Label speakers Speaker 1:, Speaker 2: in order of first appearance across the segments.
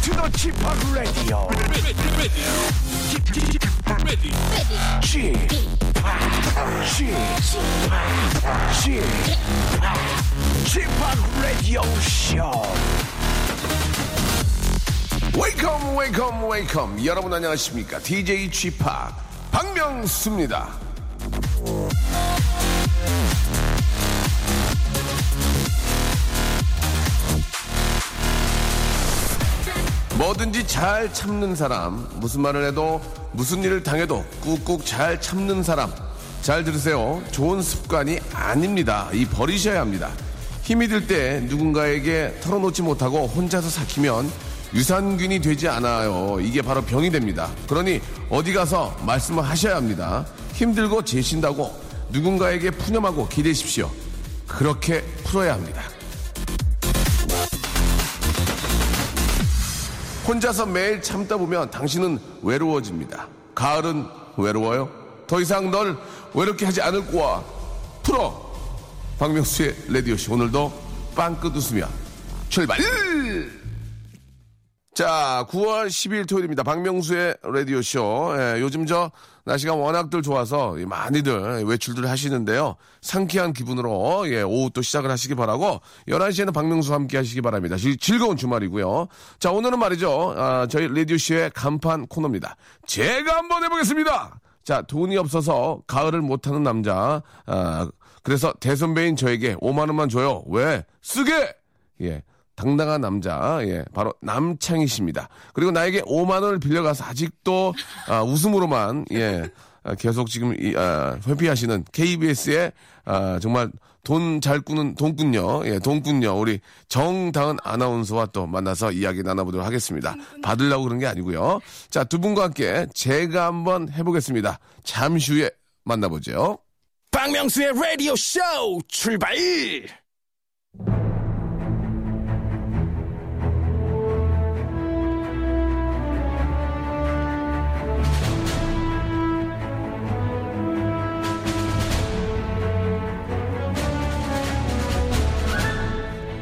Speaker 1: 채널 지팍 라디오 지팍 지팍 지팍 라디오 쇼
Speaker 2: 웨이컴 웨이컴 웨이컴 여러분 안녕하십니까 DJ 지파 박명수입니다 뭐든지 잘 참는 사람 무슨 말을 해도 무슨 일을 당해도 꾹꾹 잘 참는 사람 잘 들으세요 좋은 습관이 아닙니다 이 버리셔야 합니다 힘이 들 때 누군가에게 털어놓지 못하고 혼자서 삭히면 유산균이 되지 않아요 이게 바로 병이 됩니다 그러니 어디 가서 말씀을 하셔야 합니다 힘들고 재신다고 누군가에게 푸념하고 기대십시오 그렇게 풀어야 합니다 혼자서 매일 참다 보면 당신은 외로워집니다. 가을은 외로워요. 더 이상 널 외롭게 하지 않을 거야. 풀어. 박명수의 레디오 씨 오늘도 빵끝 웃으며 출발. 자, 9월 10일 토요일입니다. 박명수의 라디오쇼. 예, 요즘 저 날씨가 워낙들 좋아서 이 많이들 외출들 하시는데요. 상쾌한 기분으로, 예, 오후 또 시작을 하시기 바라고, 11시에는 박명수와 함께 하시기 바랍니다. 즐, 즐거운 주말이고요. 자, 오늘은 말이죠. 아, 저희 라디오쇼의 간판 코너입니다. 제가 한번 해보겠습니다! 자, 돈이 없어서 가을을 못하는 남자. 아, 그래서 대선배인 저에게 5만원만 줘요. 왜? 쓰게! 예. 당당한 남자, 예, 바로 남창희 씨입니다. 그리고 나에게 5만 원을 빌려가서 아직도 아, 웃음으로만 예, 아, 계속 지금 이, 아, 회피하시는 KBS의 아, 정말 돈 잘 꾸는 돈꾼요, 예, 돈꾼요 우리 정다은 아나운서와 또 만나서 이야기 나눠보도록 하겠습니다. 받으려고 그런 게 아니고요. 자, 두 분과 함께 제가 한번 해보겠습니다. 잠시 후에 만나보죠.
Speaker 1: 박명수의 라디오 쇼 출발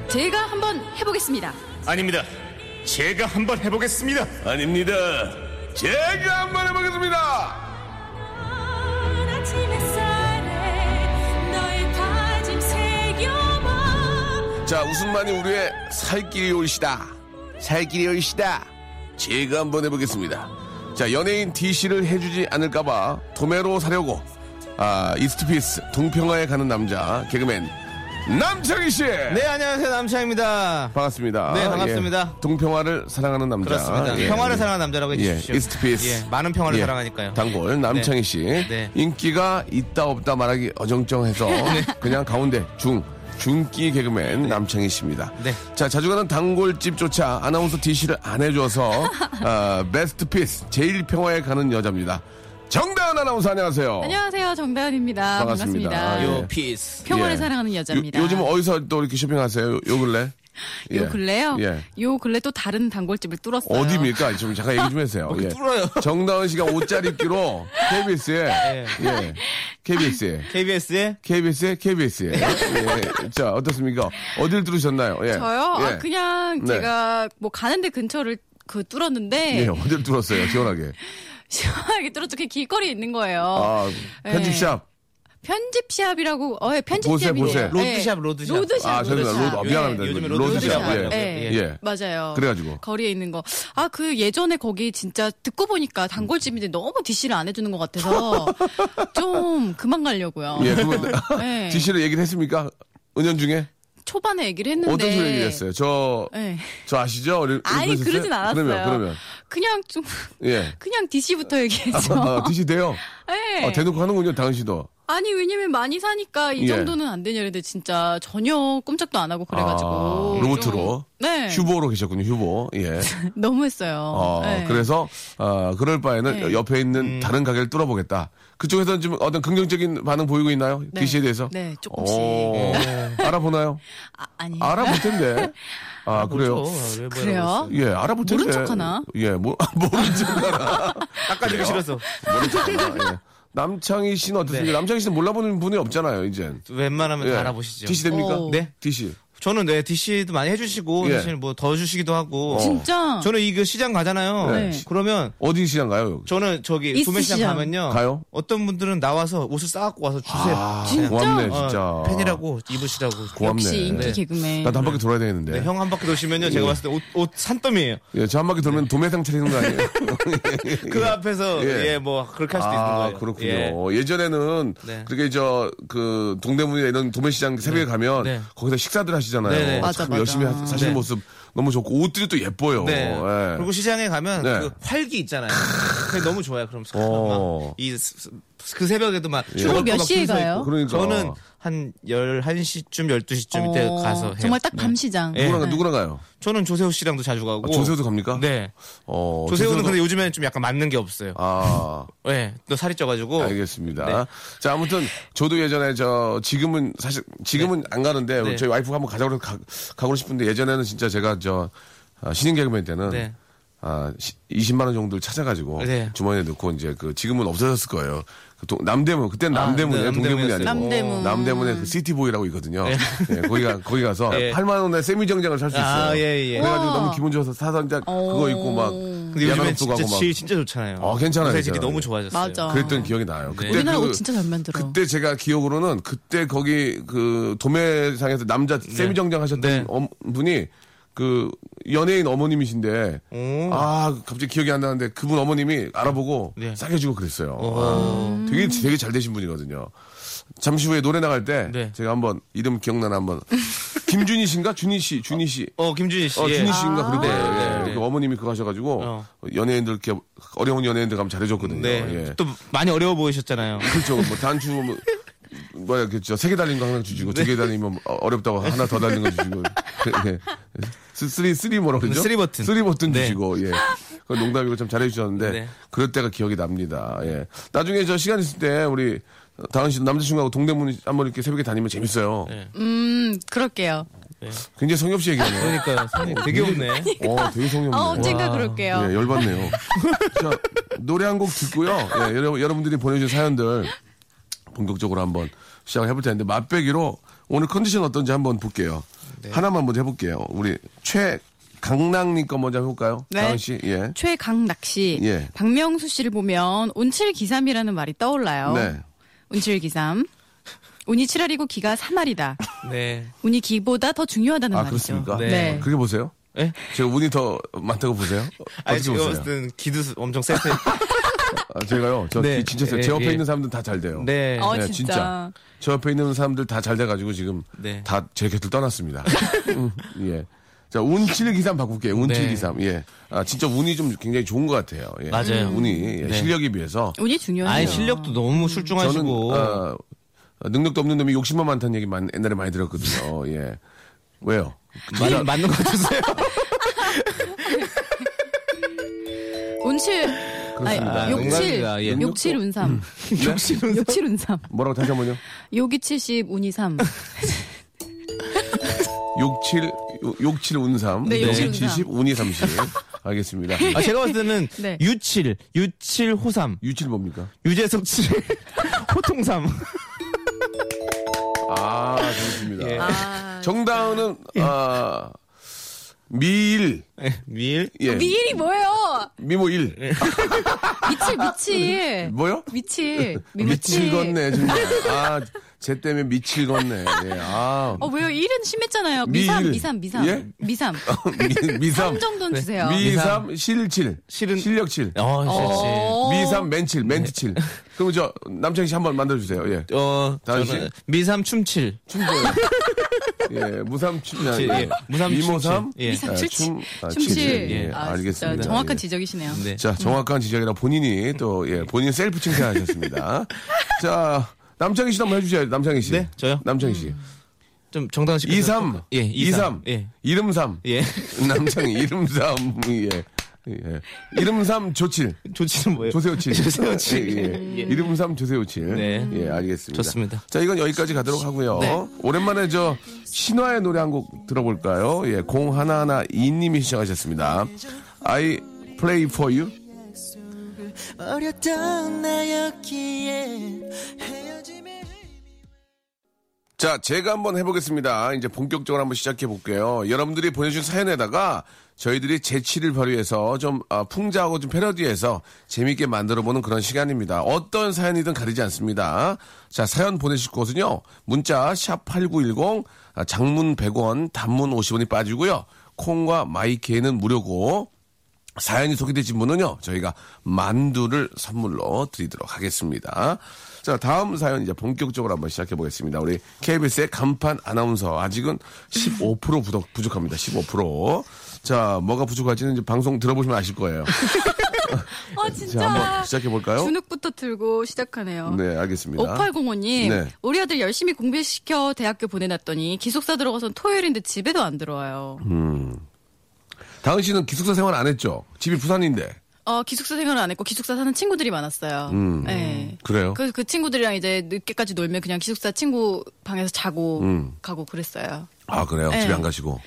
Speaker 3: 제가 한번 해보겠습니다.
Speaker 4: 아닙니다. 제가 한번 해보겠습니다.
Speaker 2: 아닙니다. 제가 한번 해보겠습니다. 자, 웃음만이 우리의 살길이 올시다. 살길이 올시다. 제가 한번 해보겠습니다. 자, 연예인 DC를 해주지 않을까봐 도매로 사려고, 아, 이스트피스, 동평화에 가는 남자, 개그맨, 남창희 씨!
Speaker 5: 네, 안녕하세요. 남창입니다.
Speaker 2: 반갑습니다.
Speaker 5: 네, 반갑습니다.
Speaker 2: 예, 동평화를 사랑하는 남자.
Speaker 5: 그렇습니다.
Speaker 2: 예.
Speaker 5: 평화를 사랑하는 남자라고 해주십시오.
Speaker 2: 예, 이스트피스.
Speaker 5: 예, 많은 평화를 사랑하니까요.
Speaker 2: 단골 남창희 씨.
Speaker 5: 네.
Speaker 2: 인기가 있다 없다 말하기 어정쩡해서 그냥 가운데 중 중기 개그맨 남창희 씨입니다.
Speaker 5: 네.
Speaker 2: 자 자주 가는 단골집조차 아나운서 DC를 안 해줘서 아, 베스트 피스 제일 평화에 가는 여자입니다. 정다은 아나운서 안녕하세요.
Speaker 3: 안녕하세요, 정다은입니다.
Speaker 2: 반갑습니다. 아,
Speaker 3: 반갑습니다.
Speaker 2: 요
Speaker 5: 피스.
Speaker 3: 평화를
Speaker 2: 예.
Speaker 3: 사랑하는 여자입니다.
Speaker 2: 요, 요즘 어디서 또 이렇게 쇼핑하세요? 요, 요 근래? 예.
Speaker 3: 요 근래요?
Speaker 2: 예.
Speaker 3: 요 근래 또 다른 단골집을 뚫었어요.
Speaker 2: 어디입니까? 좀 잠깐 얘기 좀 해주세요. 예.
Speaker 5: 뚫어요?
Speaker 2: 정다은 씨가 옷 잘 입기로 KBS에
Speaker 5: 네.
Speaker 2: 예. KBS에
Speaker 5: KBS에
Speaker 2: KBS에 KBS에 예. 자 어떻습니까? 어딜 들으셨나요? 예.
Speaker 3: 저요?
Speaker 2: 예.
Speaker 3: 아, 그냥
Speaker 2: 네.
Speaker 3: 제가 뭐 가는데 근처를 그 뚫었는데
Speaker 2: 예, 어딜 들었어요? 시원하게.
Speaker 3: 시원하게 뚫었죠. 그게 길거리에 있는 거예요.
Speaker 2: 아,
Speaker 3: 예.
Speaker 2: 편집샵.
Speaker 3: 편집샵이라고 어, 예,
Speaker 2: 보세요,
Speaker 3: 편집샵이래요.
Speaker 2: 보세요.
Speaker 3: 예.
Speaker 5: 로드샵, 로드샵.
Speaker 3: 로드샵.
Speaker 2: 아, 죄송합니다.
Speaker 3: 로드샵.
Speaker 2: 로드, 아, 미안합니다.
Speaker 5: 예, 요즘에
Speaker 2: 로드샵.
Speaker 3: 로드샵.
Speaker 2: 예.
Speaker 3: 예.
Speaker 2: 예.
Speaker 3: 맞아요.
Speaker 2: 그래가지고.
Speaker 3: 거리에 있는 거. 아, 그 예전에 거기 진짜 듣고 보니까 단골집인데 너무 DC를 안 해주는 것 같아서 좀 그만 가려고요.
Speaker 2: 예, 그분
Speaker 3: 예.
Speaker 2: DC를 얘기를 했습니까? 은연 중에?
Speaker 3: 초반에 얘기를 했는데.
Speaker 2: 어떤 소리 얘기를 했어요? 저,
Speaker 3: 네. 예.
Speaker 2: 저 아시죠? 어릴-
Speaker 3: 아니,
Speaker 2: 읽으셨어요?
Speaker 3: 그러진 않았어요.
Speaker 2: 그러면, 그러면.
Speaker 3: 그냥 좀,
Speaker 2: 예.
Speaker 3: 그냥 DC부터 얘기했죠.
Speaker 2: 아, DC 돼요?
Speaker 3: 예.
Speaker 2: 아, 대놓고 하는군요, 당시도.
Speaker 3: 아니 왜냐면 많이 사니까 이
Speaker 2: 예.
Speaker 3: 정도는 안 되냐는데 진짜 전혀 꼼짝도 안 하고 그래가지고
Speaker 2: 아, 로봇으로?
Speaker 3: 좀- 네
Speaker 2: 휴보로 계셨군요, 휴보. 예.
Speaker 3: 너무 했어요.
Speaker 2: 어,
Speaker 3: 네.
Speaker 2: 그래서, 어, 그럴 바에는
Speaker 3: 네.
Speaker 2: 옆에 있는
Speaker 5: 음.
Speaker 2: 다른 가게를 뚫어보겠다. 그쪽에서는 좀 어떤 긍정적인 반응 보이고 있나요?
Speaker 3: 네.
Speaker 2: DC에 대해서?
Speaker 3: 네, 조금씩. 네.
Speaker 2: 오, 알아보나요?
Speaker 3: 아, 니
Speaker 2: 알아볼 텐데. 아, 그래요?
Speaker 5: 그렇죠.
Speaker 3: 그래요?
Speaker 2: 예, 알아볼 텐데.
Speaker 3: 모른 척하나?
Speaker 2: 예, 모, 모른 척하나.
Speaker 5: 아까 지기 싫었어.
Speaker 2: 모른 척하나. 예. 남창희 씨는 어떻습니까?
Speaker 5: 네.
Speaker 2: 남창희 씨는 몰라보는 분이 없잖아요, 이젠.
Speaker 5: 웬만하면
Speaker 2: 예.
Speaker 5: 다 알아보시죠.
Speaker 2: DC 됩니까?
Speaker 3: 오.
Speaker 5: 네.
Speaker 2: DC.
Speaker 5: 저는 네, DC도 많이 해주시고
Speaker 2: 예. 어.
Speaker 5: 사실 뭐 더 주시기도 하고.
Speaker 3: 진짜
Speaker 5: 저는 이거 시장 가잖아요.
Speaker 3: 네.
Speaker 5: 그러면
Speaker 2: 어디 시장 가요?
Speaker 5: 저는 저기
Speaker 3: 이스
Speaker 5: 구매시장
Speaker 3: 시장.
Speaker 5: 가면요.
Speaker 2: 가요?
Speaker 5: 어떤 분들은 나와서 옷을 싸갖고 와서 주세요.
Speaker 3: 진짜?
Speaker 2: 고맙네
Speaker 5: 어,
Speaker 2: 진짜.
Speaker 5: 팬이라고 입으시라고.
Speaker 2: 고맙네.
Speaker 3: 역시 인기
Speaker 5: 네.
Speaker 3: 개그맨.
Speaker 2: 나도 한 바퀴 돌아야 되겠는데.
Speaker 5: 네, 형 한 바퀴 도시면요. 제가 봤을 때 옷 산더미예요.
Speaker 2: 예, 저 한 바퀴 돌면 도매상 차리는 거 아니에요?
Speaker 5: 그 앞에서
Speaker 2: 예.
Speaker 5: 예. 뭐 그렇게 할 수도 있는
Speaker 2: 아,
Speaker 5: 거예요.
Speaker 2: 그렇군요.
Speaker 5: 예.
Speaker 2: 예. 전에는
Speaker 5: 네.
Speaker 2: 그렇게 저 그 동대문이나 이런 도매시장 새벽에 가면
Speaker 5: 네.
Speaker 2: 거기서 식사들 하시잖아요.
Speaker 5: 네, 네.
Speaker 3: 맞아,
Speaker 2: 참
Speaker 3: 맞아.
Speaker 2: 열심히 하- 사시는
Speaker 5: 네.
Speaker 2: 모습 너무 좋고 옷들이 또 예뻐요.
Speaker 5: 네.
Speaker 2: 예.
Speaker 5: 그리고 시장에 가면
Speaker 2: 네.
Speaker 5: 그 활기 있잖아요. 그게 너무 좋아요. 그럼
Speaker 2: 어. 예.
Speaker 5: 막이그 새벽에도 막
Speaker 3: 주로
Speaker 5: 먹을
Speaker 3: 몇
Speaker 5: 거막
Speaker 3: 시에
Speaker 5: 줄서
Speaker 3: 가요?
Speaker 5: 있고.
Speaker 2: 그러니까.
Speaker 5: 저는 한 11시쯤 12시쯤 이때
Speaker 3: 어,
Speaker 5: 가서 해요.
Speaker 3: 정말 딱
Speaker 5: 네.
Speaker 3: 밤시장.
Speaker 5: 예.
Speaker 2: 누구랑 누구랑 가요?
Speaker 5: 저는 조세호 씨랑도 자주 가고.
Speaker 2: 아, 조세호도 갑니까?
Speaker 5: 네.
Speaker 2: 어,
Speaker 5: 조세호는
Speaker 2: 조세호도-
Speaker 5: 근데 요즘에는 좀 약간 맞는 게 없어요.
Speaker 2: 아.
Speaker 5: 예. 또 살이 쪄가지고.
Speaker 2: 알겠습니다.
Speaker 5: 네.
Speaker 2: 자, 아무튼 저도 예전에 저 지금은 사실 지금은 안 가는데
Speaker 5: 네.
Speaker 2: 저희 와이프가 한번 가자고 해서 가, 가고 싶은데 예전에는 진짜 제가 저 아, 신인 개그맨 때는
Speaker 5: 네.
Speaker 2: 아, 시- 20만 원 정도를 찾아가지고
Speaker 5: 네.
Speaker 2: 주머니에 넣고 이제 그 지금은 없어졌을 거예요. 그 동- 남대문 그때
Speaker 5: 아,
Speaker 2: 남대문이에요. 예,
Speaker 5: 네,
Speaker 2: 동대문이 아니고
Speaker 3: 남대문.
Speaker 2: 남대문에 그 시티보이라고 있거든요.
Speaker 5: 음. 네.
Speaker 2: 예, 거기가 거기 가서
Speaker 5: 네.
Speaker 2: 8만 원에 세미 정장을 살 수 있어요.
Speaker 5: 아, 예, 예.
Speaker 2: 그래가지고
Speaker 3: 우와.
Speaker 2: 너무 기분 좋아서 사서 이제 그거 입고 막
Speaker 5: 근데 요즘엔
Speaker 2: 야간업도
Speaker 5: 진짜
Speaker 2: 가고 막
Speaker 5: 질 진짜 좋잖아요.
Speaker 2: 어, 괜찮아요,
Speaker 5: 요새 질이
Speaker 2: 괜찮아요.
Speaker 5: 너무 좋아졌어요.
Speaker 3: 맞아.
Speaker 2: 그랬던 기억이 나요. 그때
Speaker 3: 우리나라
Speaker 2: 그-
Speaker 3: 옷 진짜 잘 만들어.
Speaker 2: 그때 제가 기억으로는 그때 거기 그 도매상에서 남자 세미 정장 하셨던
Speaker 5: 네.
Speaker 2: 엄- 분이 그 연예인 어머님이신데
Speaker 5: 오.
Speaker 2: 아 갑자기 기억이 안 나는데 그분 어머님이 알아보고
Speaker 5: 네.
Speaker 2: 싸게 주고 그랬어요. 아,
Speaker 5: 어.
Speaker 2: 되게 되게 잘 되신 분이거든요. 잠시 후에 노래 나갈 때
Speaker 5: 네.
Speaker 2: 제가 한번 이름 기억나나 한번 김준희 씨인가 준희 씨 준희 씨
Speaker 5: 어, 김준희 씨.
Speaker 2: 어,
Speaker 5: 예.
Speaker 2: 준희 씨인가 그럴 거예요.
Speaker 5: 네,
Speaker 2: 예.
Speaker 5: 네, 네.
Speaker 2: 그 어머님이 그거 하셔가지고
Speaker 5: 어.
Speaker 2: 연예인들 이렇게 어려운 연예인들 가면 잘해줬거든요.
Speaker 5: 네.
Speaker 2: 예.
Speaker 5: 또 많이 어려워 보이셨잖아요.
Speaker 2: 그렇죠. 뭐 단추 뭐 뭐야 그저세개 달린 거 하나 주시고
Speaker 5: 네.
Speaker 2: 두 개 달리면 어- 어렵다고 하나 더 달린 거 주시고 예. 쓰- 쓰리 쓰리 뭐라 그러죠?
Speaker 5: 쓰리 버튼.
Speaker 2: 쓰리 버튼
Speaker 5: 네.
Speaker 2: 주시고 예. 그 농담이고 참 잘해주셨는데
Speaker 5: 네.
Speaker 2: 그럴 때가 기억이 납니다. 예. 나중에 저 시간 있을 때 우리 다은 씨 남자친구하고 동대문 한번 이렇게 새벽에 다니면 재밌어요.
Speaker 5: 네.
Speaker 3: 음, 그럴게요.
Speaker 2: 굉장히 성의 없이 얘기하네요.
Speaker 5: 그러니까 성이 되게 없네.
Speaker 2: 어, 되게 성의
Speaker 3: 어,
Speaker 2: 없네요.
Speaker 3: 언젠가 그럴게요.
Speaker 2: 예, 열받네요. 자, 노래 한 곡 듣고요. 예, 여러, 여러분들이 보내주신 사연들 본격적으로 한번 시작을 해볼 텐데, 맛배기로 오늘 컨디션 어떤지 한번 볼게요.
Speaker 5: 네.
Speaker 2: 하나만 먼저 해볼게요. 우리 최강락님 거 먼저 해볼까요?
Speaker 3: 네.
Speaker 2: 다은 씨, 예.
Speaker 3: 최강락 씨,
Speaker 2: 예.
Speaker 3: 박명수 씨를 보면 온칠기삼이라는 말이 떠올라요.
Speaker 2: 네.
Speaker 3: 온칠기삼. 운이 7알이고 기가 3알이다.
Speaker 5: 네.
Speaker 3: 운이 기보다 더 중요하다는
Speaker 2: 아,
Speaker 3: 말이죠.
Speaker 2: 그렇습니까?
Speaker 5: 네.
Speaker 2: 그게 보세요.
Speaker 5: 예?
Speaker 2: 제가 운이 더 많다고 보세요?
Speaker 5: 아니,
Speaker 2: 어떻게
Speaker 5: 제가
Speaker 2: 보세요?
Speaker 5: 봤을 때는 기도 엄청 세세요.
Speaker 2: 아, 제가요. 저
Speaker 5: 네.
Speaker 2: 귀 진짜 세요.
Speaker 5: 예,
Speaker 2: 제 옆에
Speaker 5: 예.
Speaker 2: 있는 사람들 은 다 잘 돼요.
Speaker 5: 네.
Speaker 3: 어,
Speaker 2: 네,
Speaker 3: 진짜.
Speaker 2: 저 옆에 있는 사람들 다 잘 돼가지고 지금
Speaker 5: 네.
Speaker 2: 다 제 곁을 떠났습니다. 음, 예. 자, 운 723 바꿀게요. 운
Speaker 5: 네.
Speaker 2: 723. 예. 아, 진짜 운이 좀 굉장히 좋은 것 같아요. 예.
Speaker 5: 맞아요.
Speaker 2: 운이. 예,
Speaker 5: 네.
Speaker 2: 실력에 비해서.
Speaker 3: 운이 중요해요.
Speaker 5: 아니, 실력도
Speaker 2: 저는,
Speaker 5: 너무 출중하시고.
Speaker 2: 어, 능력도 없는 놈이 욕심만 많다는 얘기 많- 옛날에 많이 들었거든요. 예. 왜요?
Speaker 5: 맞, 맞는 거 같으세요?
Speaker 3: 운칠.
Speaker 2: 그렇습니다. 음.
Speaker 3: 아니, 욕칠.
Speaker 5: 농담이다, 예.
Speaker 3: 욕칠 운삼. 욕칠 운삼.
Speaker 2: 뭐라고 다시 한 번요?
Speaker 3: 욕이 70, 운이 3.
Speaker 2: 욕칠, 욕- 욕칠 운삼.
Speaker 3: 네, 욕칠 운삼.
Speaker 2: 70, 운이 30. 알겠습니다.
Speaker 5: 아, 제가 봤을 때는
Speaker 3: 네.
Speaker 5: 유칠, 유칠 호삼,
Speaker 2: 유칠 뭡니까?
Speaker 5: 유재석 칠, 호통삼.
Speaker 2: 아, 그렇습니다.
Speaker 5: 예.
Speaker 3: 아.
Speaker 2: 정다은은, 아, 미일.
Speaker 5: 예, 밀.
Speaker 2: 예.
Speaker 3: 미일이 뭐예요?
Speaker 2: 미모 일
Speaker 3: 미칠, 미칠.
Speaker 2: 뭐요?
Speaker 3: 미칠.
Speaker 2: 미칠 걷네, 정말. 아, 쟤 때문에 미칠 걷네. 예, 아.
Speaker 3: 어, 왜요? 일은 심했잖아요.
Speaker 2: 미일.
Speaker 3: 미삼, 미삼, 미삼.
Speaker 2: 예?
Speaker 3: 미삼.
Speaker 2: 미, 미삼. 네.
Speaker 3: 3 정도는 주세요.
Speaker 2: 미삼, 실칠.
Speaker 5: 실은-
Speaker 2: 실력 칠.
Speaker 5: 어, 실
Speaker 3: 어.
Speaker 2: 미삼, 맨칠, 멘트 칠. 그럼 저, 남창희 씨 한번 만들어주세요. 예.
Speaker 5: 어,
Speaker 2: 다은
Speaker 5: 저는
Speaker 2: 씨?
Speaker 5: 미삼 춤칠.
Speaker 2: 예, 무삼, 칠. 아,
Speaker 5: 칠,
Speaker 2: 예.
Speaker 5: 예. 무삼,
Speaker 2: 미모삼.
Speaker 5: 춤칠. 예.
Speaker 3: 미삼
Speaker 2: 아,
Speaker 3: 춤칠.
Speaker 2: 춤- 아, 춤칠.
Speaker 3: 춤칠.
Speaker 2: 예,
Speaker 3: 아,
Speaker 2: 알겠습니다.
Speaker 3: 진짜 정확한
Speaker 2: 예.
Speaker 3: 지적이시네요.
Speaker 5: 네.
Speaker 2: 자, 정확한 지적이라 본인이 또, 예, 본인 셀프 칭찬하셨습니다. 자, 남창희 씨도 한번 해주셔야 돼요, 남창희 씨.
Speaker 5: 네, 저요?
Speaker 2: 남창희 씨.
Speaker 5: 좀 정다은 씨.
Speaker 2: 23.
Speaker 5: 예,
Speaker 2: 23.
Speaker 5: 23. 예.
Speaker 2: 이름삼.
Speaker 5: 예.
Speaker 2: 남창이 이름삼. 예. 예. 이름삼 조칠.
Speaker 5: 조치는 뭐예요?
Speaker 2: 조세호칠.
Speaker 5: 조세호칠.
Speaker 2: 예, 예. 이름삼 조세호칠.
Speaker 5: 네.
Speaker 2: 예, 알겠습니다.
Speaker 5: 좋습니다.
Speaker 2: 자, 이건 여기까지 가도록 하고요.
Speaker 5: 네.
Speaker 2: 오랜만에 저 신화의 노래 한 곡 들어볼까요? 예, 0112님이 시청하셨습니다. I play for you.
Speaker 6: 어렸던 나였기에 헤어짐의
Speaker 2: 자, 제가 한번 해보겠습니다. 이제 본격적으로 한번 시작해 볼게요. 여러분들이 보내준 사연에다가 저희들이 재치를 발휘해서 좀 아, 풍자하고 좀 패러디해서 재밌게 만들어보는 그런 시간입니다. 어떤 사연이든 가리지 않습니다. 자, 사연 보내실 곳은요. 문자 샵8910 장문 100원, 단문 50원이 빠지고요. 콩과 마이케이는 무료고 사연이 소개되신 분은요, 저희가 만두를 선물로 드리도록 하겠습니다. 자, 다음 사연 이제 본격적으로 한번 시작해 보겠습니다. 우리 KBS의 간판 아나운서. 아직은 15% 부족, 부족합니다. 15%. 자, 뭐가 부족할지는 이제 방송 들어보시면 아실 거예요.
Speaker 3: 아
Speaker 2: 자, 한번
Speaker 3: 진짜.
Speaker 2: 시작해 볼까요?
Speaker 3: 주눅부터 들고 시작하네요.
Speaker 2: 네, 알겠습니다.
Speaker 3: 5805님,
Speaker 2: 네.
Speaker 3: 우리 아들 열심히 공부시켜 대학교 보내놨더니 기숙사 들어가선 토요일인데 집에도 안 들어와요.
Speaker 2: 음. 다은 씨는 기숙사 생활 안 했죠? 집이 부산인데.
Speaker 3: 어, 기숙사 생활을 안 했고 기숙사 사는 친구들이 많았어요.
Speaker 2: 음.
Speaker 3: 네.
Speaker 2: 그래요?
Speaker 3: 그, 그 친구들이랑 이제 늦게까지 놀면 그냥 기숙사 친구 방에서 자고
Speaker 2: 음.
Speaker 3: 가고 그랬어요.
Speaker 2: 아, 그래요?
Speaker 3: 네.
Speaker 2: 집에 안 가시고.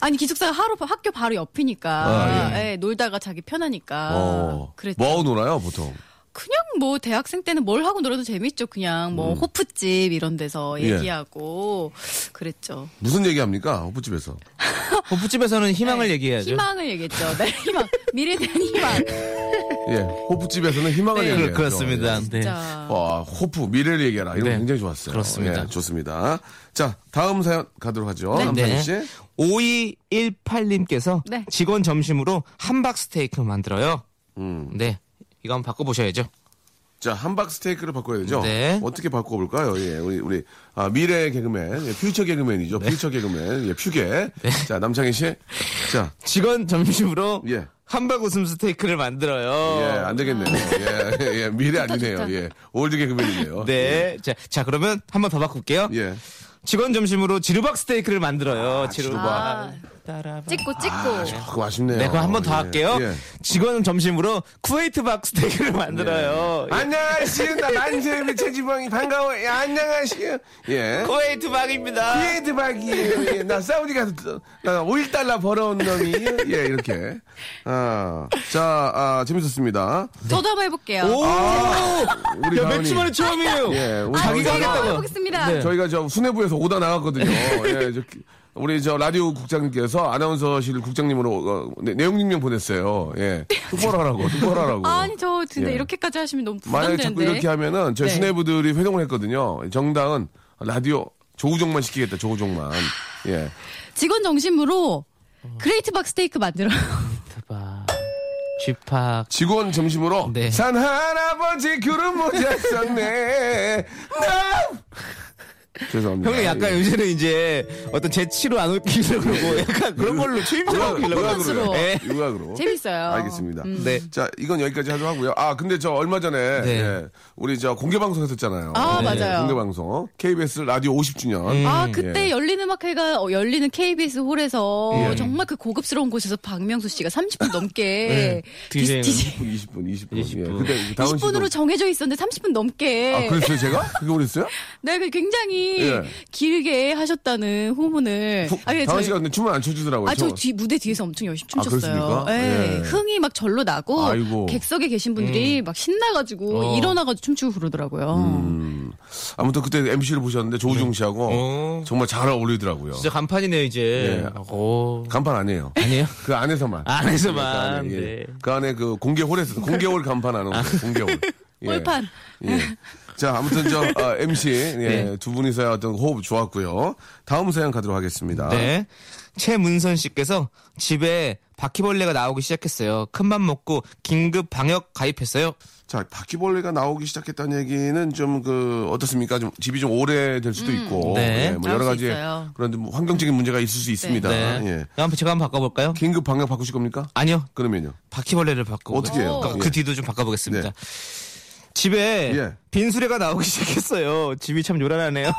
Speaker 3: 아니 기숙사가 하루 학교 바로 옆이니까
Speaker 2: 아,
Speaker 3: 예, 놀다가 자기 편하니까
Speaker 2: 어.
Speaker 3: 아, 그랬죠.
Speaker 2: 뭐 하고 놀아요, 보통?
Speaker 3: 그냥 뭐 대학생 때는 뭘 하고 놀아도 재밌죠. 그냥 뭐 호프집 이런 데서
Speaker 2: 음. 예.
Speaker 3: 얘기하고 그랬죠.
Speaker 2: 무슨 얘기 합니까? 호프집에서.
Speaker 5: 호프집에서는 희망을 얘기해야죠.
Speaker 3: 네. 희망을 얘기했죠. 네, 희망 미래에 대한 희망.
Speaker 2: 예. 호프집에서는 희망을
Speaker 3: 네.
Speaker 2: 얘기해요.
Speaker 5: 그, 그렇습니다. 네.
Speaker 3: 자,
Speaker 2: 와, 호프, 미래를 얘기해라. 이런 거
Speaker 5: 네.
Speaker 2: 굉장히 좋았어요.
Speaker 5: 그렇습니다.
Speaker 2: 예, 좋습니다. 자, 다음 사연 가도록 하죠.
Speaker 3: 네.
Speaker 2: 남편희 어, 씨.
Speaker 5: 5218님께서
Speaker 3: 네.
Speaker 5: 직원 점심으로 함박 스테이크 만들어요.
Speaker 2: 음.
Speaker 5: 네. 이거 한번 바꿔보셔야죠.
Speaker 2: 자, 함박 스테이크를 바꿔야 되죠?
Speaker 5: 네.
Speaker 2: 어떻게 바꿔볼까요? 예, 우리, 우리, 아, 미래 개그맨, 예, 퓨처 개그맨이죠.
Speaker 5: 네.
Speaker 2: 퓨처 개그맨, 예, 퓨게. 자, 남창희 씨. 자,
Speaker 5: 직원 점심으로
Speaker 2: 예.
Speaker 5: 함박 웃음 스테이크를 만들어요.
Speaker 2: 예, 안 되겠네요. 예, 예, 미래
Speaker 3: 좋다,
Speaker 2: 아니네요.
Speaker 3: 좋다.
Speaker 2: 예, 올드 개그맨이네요.
Speaker 5: 네. 자, 자, 그러면 한번 더 바꿀게요.
Speaker 2: 예.
Speaker 5: 직원 점심으로 지루박 스테이크를 만들어요. 지루박.
Speaker 3: 아,
Speaker 5: 따라박.
Speaker 3: 찍고 찍고.
Speaker 2: 조금 아쉽네요.
Speaker 5: 네, 그거 한번 더
Speaker 2: 예,
Speaker 5: 할게요.
Speaker 2: 예.
Speaker 5: 직원 점심으로 쿠웨이트박 스테이크를 만들어요. 예.
Speaker 2: 안녕하세요. 나 만세미 체지방이 반가워요. 예, 안녕하세요. 예.
Speaker 5: 쿠웨이트박입니다.
Speaker 2: 피에드박이에요. 예, 나 사우디 가서 또- 나 5일달러 벌어온 놈이 예 이렇게 아, 자 아, 재밌었습니다. 아,
Speaker 3: 저도 한번 해볼게요.
Speaker 5: 오!
Speaker 2: 우리
Speaker 5: 야,
Speaker 2: 다은이.
Speaker 5: 며칠 만에 처음이에요.
Speaker 2: 예, 우리
Speaker 3: 아,
Speaker 2: 다은이.
Speaker 5: 자기가
Speaker 3: 제가
Speaker 5: 하겠다고.
Speaker 3: 해보겠습니다.
Speaker 5: 네.
Speaker 2: 저희가 저 수뇌부에서 오다 나왔거든요. 예, 저 기- 우리 저 라디오 국장님께서 아나운서실 국장님으로 어, 내- 내용 증명 보냈어요. 예, 똑바로하라고, 똑바로하라고.
Speaker 3: 아니 저 근데
Speaker 2: 예.
Speaker 3: 이렇게 하시면 너무
Speaker 2: 만약에 자꾸
Speaker 3: 부담되는데.
Speaker 2: 이렇게 하면은 저희
Speaker 3: 네.
Speaker 2: 수뇌부들이 회동을 했거든요. 정당은 라디오 조우종만 시키겠다, 조우종만. 예,
Speaker 3: 직원 정신으로
Speaker 2: 어.
Speaker 3: 그레이트 박 스테이크 만들어요.
Speaker 5: 박 쥐팍.
Speaker 2: 직원 점심으로
Speaker 5: 네.
Speaker 2: 산 할아버지 구름 모자 썼네. 나 죄송합니다.
Speaker 5: 형님 약간
Speaker 2: 예.
Speaker 5: 요새는 이제 어떤 재치로 안 웃기려고 그러고 약간 그런 걸로
Speaker 2: 유학-
Speaker 5: 추임새로 웃기려고
Speaker 2: 유학으로요.
Speaker 3: 스스로.
Speaker 5: 예.
Speaker 2: 유학으로.
Speaker 3: 재밌어요. 음.
Speaker 2: 알겠습니다.
Speaker 5: 네.
Speaker 2: 자, 이건 여기까지 하도록 하고요. 아, 근데 저 얼마 전에
Speaker 5: 네.
Speaker 2: 예, 우리 저 공개 방송 했었잖아요.
Speaker 3: 아,
Speaker 2: 예,
Speaker 3: 맞아요.
Speaker 2: 공개 방송. KBS 라디오 50주년.
Speaker 3: 아 그때
Speaker 2: 예.
Speaker 3: 열린음악회가 어, 열리는 KBS 홀에서 정말 그 고급스러운 곳에서 박명수 씨가 30분 넘게
Speaker 5: DJ 는.
Speaker 3: 디스-
Speaker 2: 20분, 20분.
Speaker 5: 20분.
Speaker 2: 예. 그때 네. 다운 씨도
Speaker 3: 20분으로 정해져 있었는데 30분 넘게
Speaker 2: 아, 그랬어요, 제가? 그게 그랬어요?
Speaker 3: 네, 그 굉장히
Speaker 2: 예.
Speaker 3: 길게 하셨다는 호문을
Speaker 2: 후-
Speaker 3: 예,
Speaker 2: 다운
Speaker 3: 저희-
Speaker 2: 씨가 근데 춤을 안 춰주더라고요.
Speaker 3: 아, 저
Speaker 2: 저-
Speaker 3: 뒤, 무대 뒤에서 엄청 열심히
Speaker 2: 아,
Speaker 3: 춤췄어요.
Speaker 2: 그렇습니까?
Speaker 3: 예.
Speaker 2: 예.
Speaker 3: 흥이 막 절로 나고
Speaker 2: 아이고. 음.
Speaker 3: 객석에 계신 분들이 막 신나가지고
Speaker 5: 어.
Speaker 3: 일어나가지고 춤추고 그러더라고요.
Speaker 2: 음. 아무튼 그때 MC를 보셨는데 조우종 씨하고
Speaker 5: 어.
Speaker 2: 정말 잘 어울리더라고요.
Speaker 5: 진짜 간판이네요 이제.
Speaker 2: 예.
Speaker 5: 오.
Speaker 2: 간판 아니에요.
Speaker 5: 아니에요?
Speaker 2: 그 안에서만.
Speaker 5: 안에서만.
Speaker 2: 그, 안에, 예.
Speaker 5: 네. 아.
Speaker 2: 그 안에 그 공개홀에서 공개홀 간판 안 오고 공개홀. 예.
Speaker 3: 홀판.
Speaker 2: 예. 자 아무튼 저 아, MC 예,
Speaker 5: 네.
Speaker 2: 두 분이서의 어떤 호흡 좋았고요. 다음 사연 가도록 하겠습니다.
Speaker 5: 네. 최문선 씨께서 집에 바퀴벌레가 나오기 시작했어요. 큰맘 먹고 긴급 방역 가입했어요.
Speaker 2: 자 바퀴벌레가 나오기 시작했다는 얘기는 좀 그 어떻습니까? 좀 집이 좀 오래될 수도 있고 예,
Speaker 5: 네.
Speaker 2: 뭐
Speaker 3: 음. 나올
Speaker 2: 여러
Speaker 3: 수
Speaker 2: 가지
Speaker 3: 있어요.
Speaker 2: 그런 좀 환경적인 문제가 있을 수 있습니다.
Speaker 5: 네.
Speaker 2: 예.
Speaker 5: 한번 제가 한번 바꿔볼까요?
Speaker 2: 긴급 방역 바꾸실 겁니까?
Speaker 5: 아니요.
Speaker 2: 그러면요.
Speaker 5: 바퀴벌레를 바꿔.
Speaker 2: 어떻게 해요?
Speaker 5: 그,
Speaker 2: 예.
Speaker 5: 그 뒤도 좀 바꿔보겠습니다. 집에
Speaker 2: 예.
Speaker 5: 빈수레가 나오기 시작했어요. 집이 참 요란하네요.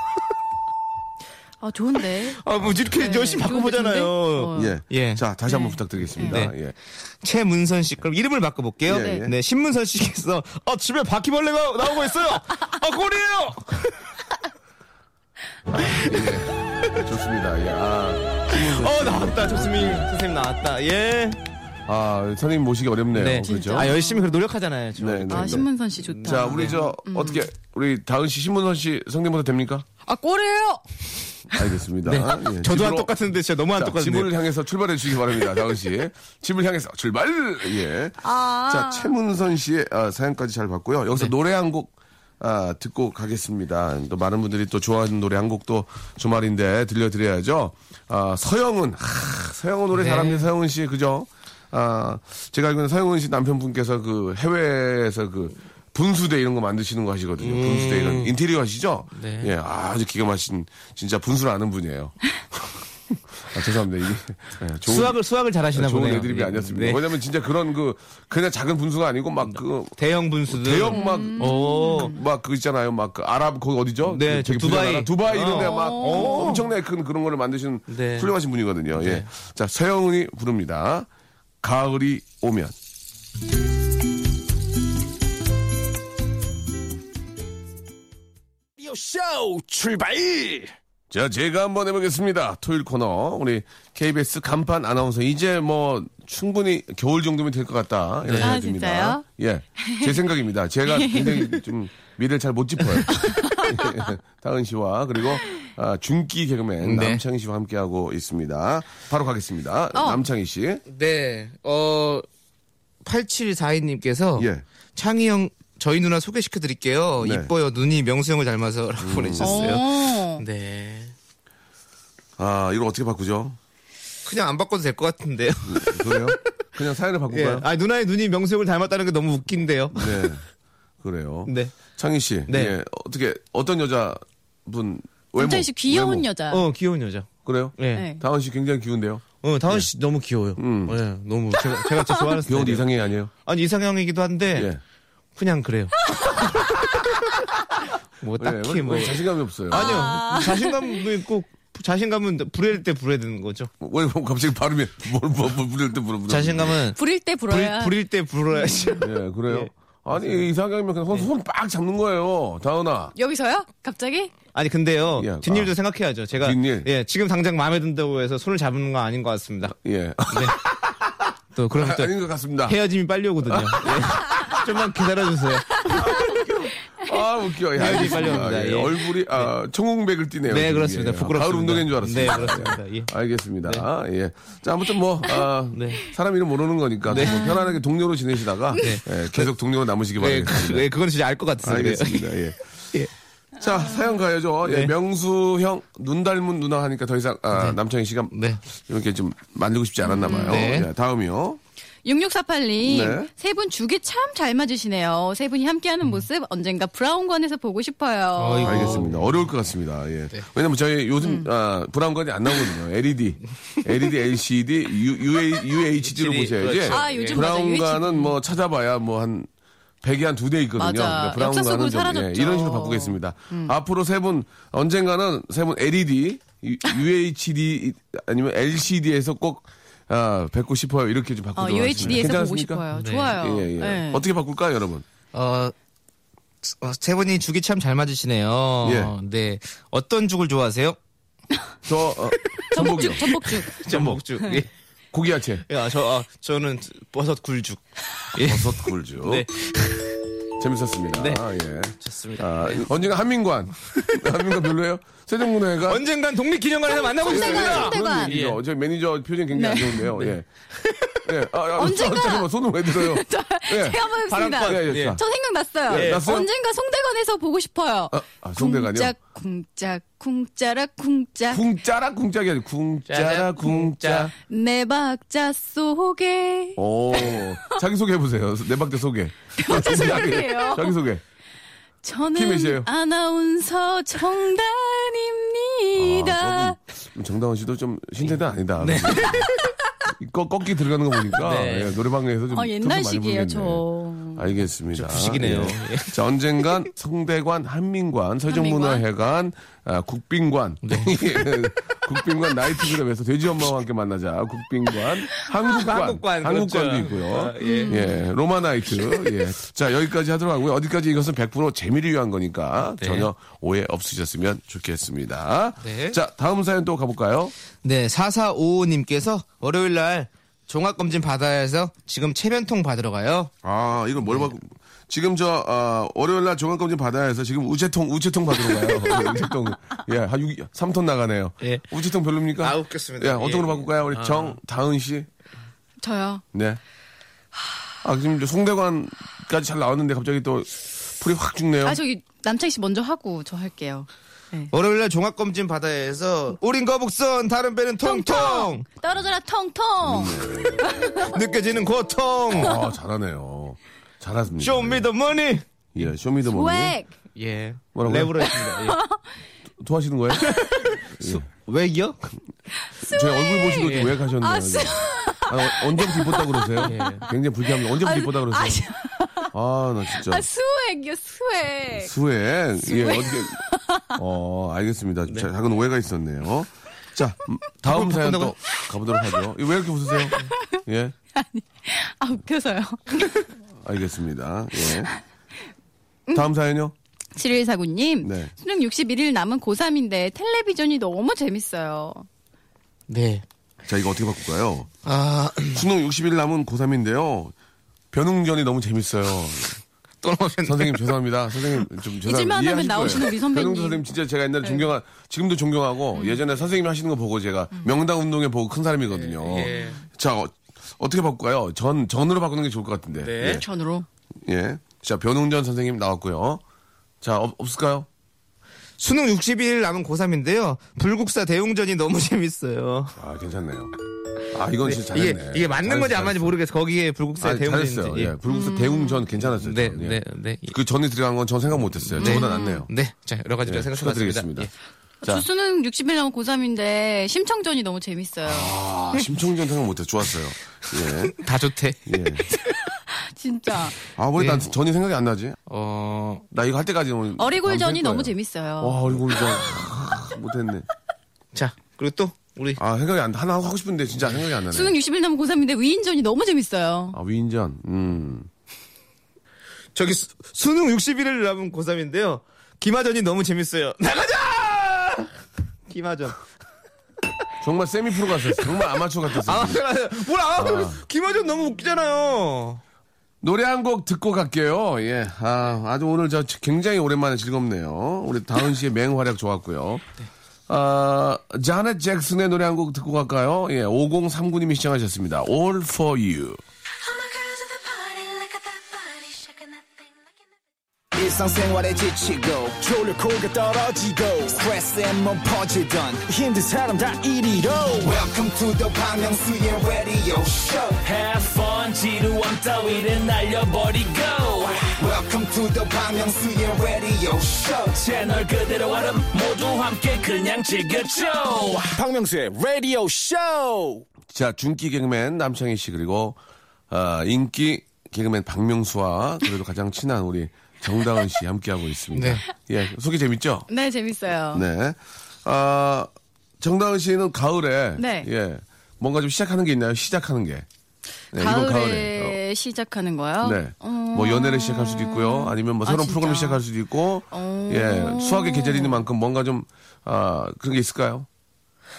Speaker 3: 아, 좋은데.
Speaker 5: 아, 뭐 이렇게
Speaker 3: 네,
Speaker 5: 열심히
Speaker 3: 좋은데,
Speaker 5: 바꿔보잖아요.
Speaker 3: 좋은데? 어.
Speaker 2: 예.
Speaker 5: 예.
Speaker 2: 자 다시 한번
Speaker 3: 네.
Speaker 2: 부탁드리겠습니다.
Speaker 5: 네.
Speaker 2: 예.
Speaker 5: 최문선 씨, 그럼 이름을 바꿔볼게요.
Speaker 2: 예, 예.
Speaker 5: 네, 신문선 씨께서 아 집에 바퀴벌레가 나오고 있어요. 아 꼴이에요.
Speaker 2: 예. 아, 좋습니다. 예. 아. 네.
Speaker 5: 어 나왔다, 조수민 선생님 나왔다. 예.
Speaker 2: 아, 선생님 모시기 어렵네요.
Speaker 5: 네.
Speaker 2: 그죠?
Speaker 5: 아, 열심히 그래 노력하잖아요. 네. 저.
Speaker 2: 네, 네,
Speaker 3: 아
Speaker 2: 네.
Speaker 3: 신문선 씨 좋다.
Speaker 2: 자, 우리 저
Speaker 5: 음.
Speaker 2: 어떻게 우리 다은 씨, 신문선 씨 성대모사 됩니까?
Speaker 3: 아 꼬래요.
Speaker 2: 알겠습니다.
Speaker 5: 네.
Speaker 2: 예,
Speaker 5: 저도 안
Speaker 2: 집으로-
Speaker 5: 똑같은데 진짜 너무 안
Speaker 2: 자, 집을
Speaker 5: 똑같은데.
Speaker 2: 향해서 출발해 주시기 바랍니다. 다은 씨. 집을 향해서 출발! 예.
Speaker 3: 아.
Speaker 2: 자, 최문선 씨의 아, 사연까지 잘 봤고요.
Speaker 5: 네.
Speaker 2: 여기서 노래 한 곡 아, 듣고 가겠습니다. 또 많은 분들이 또 좋아하는 노래 한 곡도 주말인데 들려드려야죠. 아, 서영은. 하, 서영은 노래
Speaker 5: 네.
Speaker 2: 잘합니다. 서영은 씨, 그죠? 아, 제가 알기로는 서영은 씨 남편분께서 그 해외에서 그 분수대 이런 거 만드시는 거 하시거든요. 분수대 이런 인테리어 하시죠?
Speaker 5: 음. 네.
Speaker 2: 예, 아주 기가 막힌 진짜 분수를 아는 분이에요. 아, 죄송합니다. 이게 예, 좋은-
Speaker 5: 수학을 수학을 잘하시나
Speaker 2: 좋은
Speaker 5: 보네요.
Speaker 2: 애드립이
Speaker 5: 예.
Speaker 2: 아니었습니다.
Speaker 5: 네.
Speaker 2: 왜냐면 진짜 그런 그 그냥 작은 분수가 아니고 막 그
Speaker 5: 대형 분수들.
Speaker 2: 대형 막
Speaker 5: 오.
Speaker 3: 음.
Speaker 2: 막 그 있잖아요. 막그 아랍 거기 어디죠?
Speaker 5: 네,
Speaker 2: 그
Speaker 5: 저
Speaker 2: 되게
Speaker 5: 두바이. 어.
Speaker 2: 부자나라. 두바이 이런 데 막
Speaker 3: 오.
Speaker 2: 엄청나게 큰 그런 거를 만드신
Speaker 5: 네.
Speaker 2: 훌륭하신 분이거든요. 예. 자, 서영은이 부릅니다. 가을이 오면.
Speaker 1: 라디오 쇼 Oh, 출발!
Speaker 2: 자, 제가 한번 해보겠습니다. 토요일 코너. 우리 KBS 간판 아나운서. 이제 뭐, 충분히 겨울 정도면 될 것 같다. 이런 생각이
Speaker 3: 아,
Speaker 2: 듭니다.
Speaker 3: 진짜요? 예.
Speaker 2: 예. 제 생각입니다. 제가 굉장히 좀 미래를 잘 못 짚어요. 예. 다은 씨와 그리고 아, 중기 개그맨
Speaker 5: 네.
Speaker 2: 남창희 씨와 함께하고 있습니다. 바로 가겠습니다.
Speaker 3: 어.
Speaker 2: 남창희 씨.
Speaker 5: 네. 어 8742님께서
Speaker 2: 예.
Speaker 5: 창희 형 저희 누나 소개시켜 드릴게요.
Speaker 2: 네. 음.
Speaker 5: 이뻐요. 눈이 명수 형을 닮아서라고 보내주셨어요.
Speaker 3: 오.
Speaker 5: 네.
Speaker 2: 아, 이걸 어떻게 바꾸죠?
Speaker 5: 그냥 안 바꿔도 될 것 같은데요.
Speaker 2: 음, 그래요? 그냥 사연을
Speaker 5: 예.
Speaker 2: 바꿀까요?
Speaker 5: 아 누나의 눈이 명수 형을 닮았다는 게 너무 웃긴데요.
Speaker 2: 네. 그래요.
Speaker 5: 네.
Speaker 2: 창희 씨.
Speaker 5: 네.
Speaker 2: 예. 어떻게, 어떤 여자분, 외모.
Speaker 3: 남창희 씨 귀여운
Speaker 2: 외모.
Speaker 3: 여자.
Speaker 5: 어 귀여운 여자.
Speaker 2: 그래요?
Speaker 5: 예.
Speaker 3: 네.
Speaker 2: 다은 씨 굉장히 귀여운데요.
Speaker 5: 어 다은 씨 너무 귀여워요. 예. 너무 제가 제가 진짜 좋아하는
Speaker 2: 네. 음. 귀여운
Speaker 5: 스타일이에요.
Speaker 2: 이상형이 아니에요?
Speaker 5: 아니 이상형이기도 한데
Speaker 2: 예.
Speaker 5: 그냥 그래요. 뭐 딱히
Speaker 2: 왜,
Speaker 5: 뭐
Speaker 2: 왜 예, 자신감이 없어요.
Speaker 5: 아니요 자신감도 있고 자신감은 부릴 때 부려야 되는 거죠.
Speaker 2: 뭐, 왜 갑자기 발음이 뭘, 뭘, 뭘 부를 때 물어보는
Speaker 5: 음. 자신감은
Speaker 3: 부릴 때
Speaker 5: 부릴,
Speaker 3: 불어야. 음.
Speaker 5: 부릴 때 불어야지.
Speaker 2: 거예요? 예, 그래요? 아니, 이상형이면
Speaker 5: 예.
Speaker 2: 그냥 손빡 잡는 거예요. 다은아.
Speaker 3: 여기서요? 갑자기?
Speaker 5: 아니 근데요
Speaker 2: 예,
Speaker 5: 뒷일도
Speaker 2: 아.
Speaker 5: 생각해야죠. 제가
Speaker 2: 뒷일?
Speaker 5: 예 지금 당장 마음에 든다고 해서 손을 잡는 건 아닌 것 같습니다.
Speaker 2: 예.
Speaker 5: 또 그럼 또
Speaker 2: 아닌 것 같습니다.
Speaker 5: 네, 헤어짐이 빨리 오거든요. 예. 좀만 기다려주세요.
Speaker 2: 아, 웃겨. 예,
Speaker 5: 헤어지기
Speaker 2: 알겠습니다.
Speaker 5: 빨리 옵니다.
Speaker 2: 예,
Speaker 5: 예.
Speaker 2: 얼굴이, 아, 청홍백을 띠네요.
Speaker 5: 네
Speaker 2: 지금.
Speaker 5: 그렇습니다.
Speaker 2: 예.
Speaker 5: 부끄럽습니다.
Speaker 2: 가을 운동회인 줄 알았어요.
Speaker 5: 네 그렇습니다. 예.
Speaker 2: 알겠습니다. 예. 자, 아무튼 뭐, 아,
Speaker 5: 네.
Speaker 2: 사람 이름 모르는 거니까 뭐 편안하게 동료로 지내시다가 예, 계속 동료로 남으시기
Speaker 5: 네,
Speaker 2: 바랍니다.
Speaker 5: 그, 네 그건 진짜 알 것 같아요.
Speaker 2: 알겠습니다. 예. 자, 사연 가야죠. 예,
Speaker 5: 네.
Speaker 2: 명수 형, 눈 닮은 누나 하니까 더 이상, 아, 남창희 씨가
Speaker 5: 네.
Speaker 2: 이렇게 좀 만들고 싶지 않았나 봐요.
Speaker 5: 네.
Speaker 2: 예, 다음이요.
Speaker 3: 6648님,
Speaker 2: 네. 음.
Speaker 3: 세 분 주기 참 잘 맞으시네요. 세 분이 함께하는 모습 언젠가 브라운관에서 보고 싶어요.
Speaker 5: 어이구. 네. 음.
Speaker 2: 알겠습니다. 어려울 것 같습니다. 예. 왜냐면 저희 요즘, 아, 브라운관이 안 나오거든요. E LED, LED, LCD, U, h d 로
Speaker 5: 그렇죠.
Speaker 2: 보셔야지.
Speaker 3: 아, 요즘 맞아,
Speaker 2: 브라운관은 뭐 찾아봐야 뭐 한, 100이 한 두 대 있거든요. 그러니까
Speaker 3: 맞아. 역사 속으로
Speaker 2: 좀, 예,
Speaker 3: 사라졌죠. 음.
Speaker 2: 이런 식으로 바꾸겠습니다. 앞으로 세 분, 언젠가는 세 분 E LED, 유- UHD, 아니면 LCD에서 꼭, 아, 뵙고 싶어요. 이렇게 좀
Speaker 3: 어,
Speaker 2: 바꾸도록
Speaker 3: UHD에서
Speaker 2: 하겠습니다.
Speaker 3: 보고
Speaker 2: 괜찮습니까?
Speaker 3: 싶어요.
Speaker 5: 네.
Speaker 3: 좋아요.
Speaker 2: 예, 예.
Speaker 3: 네.
Speaker 2: 어떻게 바꿀까요, 여러분?
Speaker 5: 어, 어, 세 분이 죽이 참 잘 맞으시네요.
Speaker 2: 예.
Speaker 5: 네. 어떤 죽을 좋아하세요?
Speaker 2: 저, 어, 전복이요.
Speaker 3: 전복죽, 전복죽.
Speaker 5: 전복죽. 예.
Speaker 2: 고기 야채.
Speaker 5: 야, 저, 아, 저는 버섯 굴죽. 예.
Speaker 2: 버섯 굴주.
Speaker 5: 네.
Speaker 2: 재밌었습니다.
Speaker 5: 네.
Speaker 2: 예.
Speaker 5: 좋습니다.
Speaker 2: 아, 언젠가 한민관. 한민관 별로예요? 세종문화회가.
Speaker 5: 언젠간 독립기념관에서 만나고 있습니다.
Speaker 3: 한민관.
Speaker 2: 예. 저 매니저 표정이 굉장히 안 좋은데요. 예. 예. 아, 아,
Speaker 3: 언젠가.
Speaker 2: 잠깐만, 손을 왜 들어요? 예.
Speaker 3: 제가 한번 해보겠습니다.
Speaker 2: 바람권. 예, 예.
Speaker 3: 저 생각났어요.
Speaker 2: 예, 났어요?
Speaker 3: 언젠가 송대관에서 보고 싶어요.
Speaker 2: 아, 아, 송대관이요?
Speaker 3: 쿵짝, 쿵짝, 쿵짜라, 쿵짝.
Speaker 2: 궁짜라 궁짝이 아니라 궁짜라 궁짜.
Speaker 3: 내 박자 속에.
Speaker 2: 오. 자기 소개 해보세요. 내 박자 소개.
Speaker 3: 박자 소개예요.
Speaker 2: 자기 소개. 김혜 씨예요.
Speaker 3: 저는 아나운서 정단입니다.
Speaker 2: 아, 조금 정다은 씨도 좀 신세대 아니다. 이 꺾, 꺾기 들어가는 거 보니까
Speaker 5: 네.
Speaker 2: 예, 노래방에서 좀
Speaker 3: 아,
Speaker 2: 조금 많이
Speaker 3: 옛날식이에요,
Speaker 2: 부르겠네.
Speaker 3: 저.
Speaker 2: 알겠습니다.
Speaker 5: 부식이네요.
Speaker 2: 예. 자, 언젠간 성대관, 한민관, 서정문화회관, 아, 국빈관. 예, 국빈관 나이트클럽에서 돼지 엄마와 함께 만나자. 국빈관, 한국관,
Speaker 5: 한국관,
Speaker 2: 도
Speaker 5: 그렇죠.
Speaker 2: 있고요.
Speaker 5: 아,
Speaker 2: 예. 로마 나이트. 예. 자, 여기까지 하도록 하고요. 어디까지 이것은 100% 재미를 위한 거니까
Speaker 5: 네.
Speaker 2: 전혀 오해 없으셨으면 좋겠습니다.
Speaker 5: 네.
Speaker 2: 자, 다음 사연 또 가볼까요?
Speaker 5: 네, 4455님께서 월요일 날 종합검진 받아야 해서 지금 체면통 받으러 가요.
Speaker 2: 아, 이걸
Speaker 5: 네.
Speaker 2: 뭘 받고. 지금 저, 어, 월요일 날 종합검진 받아야 해서 지금 우체통, 우체통 받으러 가요. 우체통. 예, 한 6, 3톤 나가네요.
Speaker 5: 예.
Speaker 2: 우체통 별로입니까?
Speaker 5: 아, 웃겼습니다.
Speaker 2: 예, 어떤 걸로
Speaker 5: 예.
Speaker 2: 바꿀까요? 우리 정다은 씨.
Speaker 3: 저요.
Speaker 2: 네. 아, 지금 이제 송대관까지 잘 나왔는데 갑자기 또 풀이 확 죽네요.
Speaker 3: 아 저기 남창희 씨 먼저 하고 저 할게요. 네.
Speaker 5: 월요일날 종합검진 받아야 해서 우린 거북선 다른 배는 통통
Speaker 3: 떨어져라
Speaker 2: 음,
Speaker 3: 통통.
Speaker 2: 네,
Speaker 5: 느껴지는 고통
Speaker 2: 아, 잘하네요. 잘하십니다.
Speaker 5: 쇼미더머니
Speaker 2: 예, 쇼미더머니.
Speaker 3: 웩.
Speaker 5: 예
Speaker 2: 뭐라고요?
Speaker 5: 랩으로 했습니다
Speaker 2: 토하시는 거예요?
Speaker 5: 예. 왜요?
Speaker 2: 제 얼굴 보시고
Speaker 5: 예.
Speaker 2: 왜 가셨네요.
Speaker 3: 아, 스-
Speaker 2: 아, 어- 언제부터 이뻤다 그러세요? 굉장히 불쾌합니다. 언제부터 이뻤다
Speaker 3: 아,
Speaker 2: 그러세요? 아, 나 진짜.
Speaker 3: 아 스웩이요 스웩.
Speaker 2: 수행. 예, 어떻게. 어, 알겠습니다. 자, 작은 오해가 있었네요. 자, 음, 다음 사연 또 가보도록 하죠. 이거 왜 이렇게 웃으세요? 예,
Speaker 3: 아 웃겨서요.
Speaker 2: 알겠습니다. 예. 다음 사연요?
Speaker 3: 7149님.
Speaker 2: 네.
Speaker 3: 수능 61일 남은 고3인데 텔레비전이 너무 재밌어요.
Speaker 2: 자, 이거 어떻게 바꿀까요?
Speaker 5: 네아또
Speaker 2: 수능 60일 남은 고3인데요. 변웅전이 너무 재밌어요.
Speaker 5: 넘어졌네
Speaker 2: 선생님 죄송합니다. 선생님 좀 죄송합니다.
Speaker 3: 잊을만 하면
Speaker 2: 이해하실
Speaker 3: 나오시는
Speaker 2: 거예요.
Speaker 3: 우리 선배님. 네. 음.
Speaker 2: 변웅 선생님 진짜 제가 옛날에 존경한 지금도 존경하고 예전에 선생님이 하시는 거 보고 제가 명당 운동회 보고 큰
Speaker 3: 네,
Speaker 2: 사람이거든요.
Speaker 5: 예.
Speaker 2: 자 어, 떻게 바꿀까요? 전 전으로 바꾸는 게 좋을 것 같은데.
Speaker 5: 네.
Speaker 3: 전으로.
Speaker 2: 예. 예. 자 변웅전 선생님 나왔고요. 자 없, 없을까요?
Speaker 5: 수능 60일 남은 고3인데요 불국사 대웅전이 너무 재밌어요
Speaker 2: 아 괜찮네요. 아 이건 진짜
Speaker 5: 이게,
Speaker 2: 잘했네.
Speaker 5: 이게 맞는 건지 안 맞는지 모르겠어 거기에 불국사
Speaker 2: 아,
Speaker 5: 대웅전인지
Speaker 2: 잘했어요. 예. 불국사 대웅전 괜찮았어요.
Speaker 5: 네,
Speaker 2: 저는. 예.
Speaker 5: 네, 네.
Speaker 2: 그 전에 들어간 건 전 생각 못했어요. 저보다 낫네요.
Speaker 5: 네, 자 여러 가지로
Speaker 2: 예,
Speaker 5: 생각해봤습니다.
Speaker 2: 축하드리겠습니다.
Speaker 5: 예.
Speaker 2: 자.
Speaker 3: 저 수능 60일 남은 고3인데 심청전이 너무 재밌어요.
Speaker 2: 아, 심청전 생각 못해 좋았어요. 예.
Speaker 5: 다 좋대.
Speaker 2: 예.
Speaker 3: 진짜.
Speaker 2: 아, 왜 난 전이 생각이 안 나지?
Speaker 5: 어,
Speaker 2: 나 이거 할 때까지 오늘 밤샐
Speaker 3: 어리굴전이 너무
Speaker 2: 거예요.
Speaker 3: 재밌어요.
Speaker 2: 와, 어리굴전. 아, 못했네.
Speaker 5: 자 그리고 또 우리
Speaker 2: 아, 생각이 안, 하나 하고 싶은데 진짜 생각이 안 나네.
Speaker 3: 수능 60일 남은 고3인데 위인전이 너무 재밌어요.
Speaker 2: 아, 위인전. 음.
Speaker 5: 저기 수, 수능 60일을 남은 고3인데요. 김하전이 너무 재밌어요. 나가자! 김하전.
Speaker 2: 정말 세미프로 같았어. 정말 아마추어 같았어.
Speaker 5: 아, 맞아요. 뭘 아, 김하전 너무 웃기잖아요.
Speaker 2: 노래 한 곡 듣고 갈게요. 예. 아, 아주 오늘 저 굉장히 오랜만에 즐겁네요. 우리 다은 씨의 맹활약 좋았고요. 아, 자넷 잭슨의 노래 한 곡 듣고 갈까요? 예, 5039님이 시청하셨습니다. All for you.
Speaker 6: All my girls at the party, look at that body, shaking that thing like you never
Speaker 7: 일상생활에 지치고, 졸려 코가 떨어지고, 스트레스에 몸 퍼지던, 힘든 사람 다 이리로. welcome to the Bang Myung-soo's radio show
Speaker 8: Have fun 지루함 따위를 날려버리고
Speaker 7: welcome to the Bang Myung-soo's radio show
Speaker 8: 채널 그대로 와름 모두 함께 그냥 즐겨줘
Speaker 1: 박명수의 라디오 쇼.
Speaker 2: 자, 중기 개그맨 남창희 씨 그리고 아, 인기 개그맨 박명수와 그래도 가장 친한 우리 정다은 씨 함께하고 있습니다.
Speaker 5: 네.
Speaker 2: 예, 소개 재밌죠?
Speaker 3: 네, 재밌어요.
Speaker 2: 네. 아, 정다은 씨는 가을에
Speaker 3: 네.
Speaker 2: 예. 뭔가 좀 시작하는 게 있나요? 시작하는 게. 네,
Speaker 3: 가을에,
Speaker 2: 이번 가을에.
Speaker 3: 시작하는 거요?
Speaker 2: 어, 네.
Speaker 3: 어,
Speaker 2: 뭐 연애를 시작할 수도 있고요. 아니면 뭐
Speaker 3: 아,
Speaker 2: 새로운
Speaker 3: 진짜?
Speaker 2: 프로그램을 시작할 수도 있고.
Speaker 3: 어.
Speaker 2: 예. 수학의 계절인 만큼 뭔가 좀 아, 그런 게 있을까요?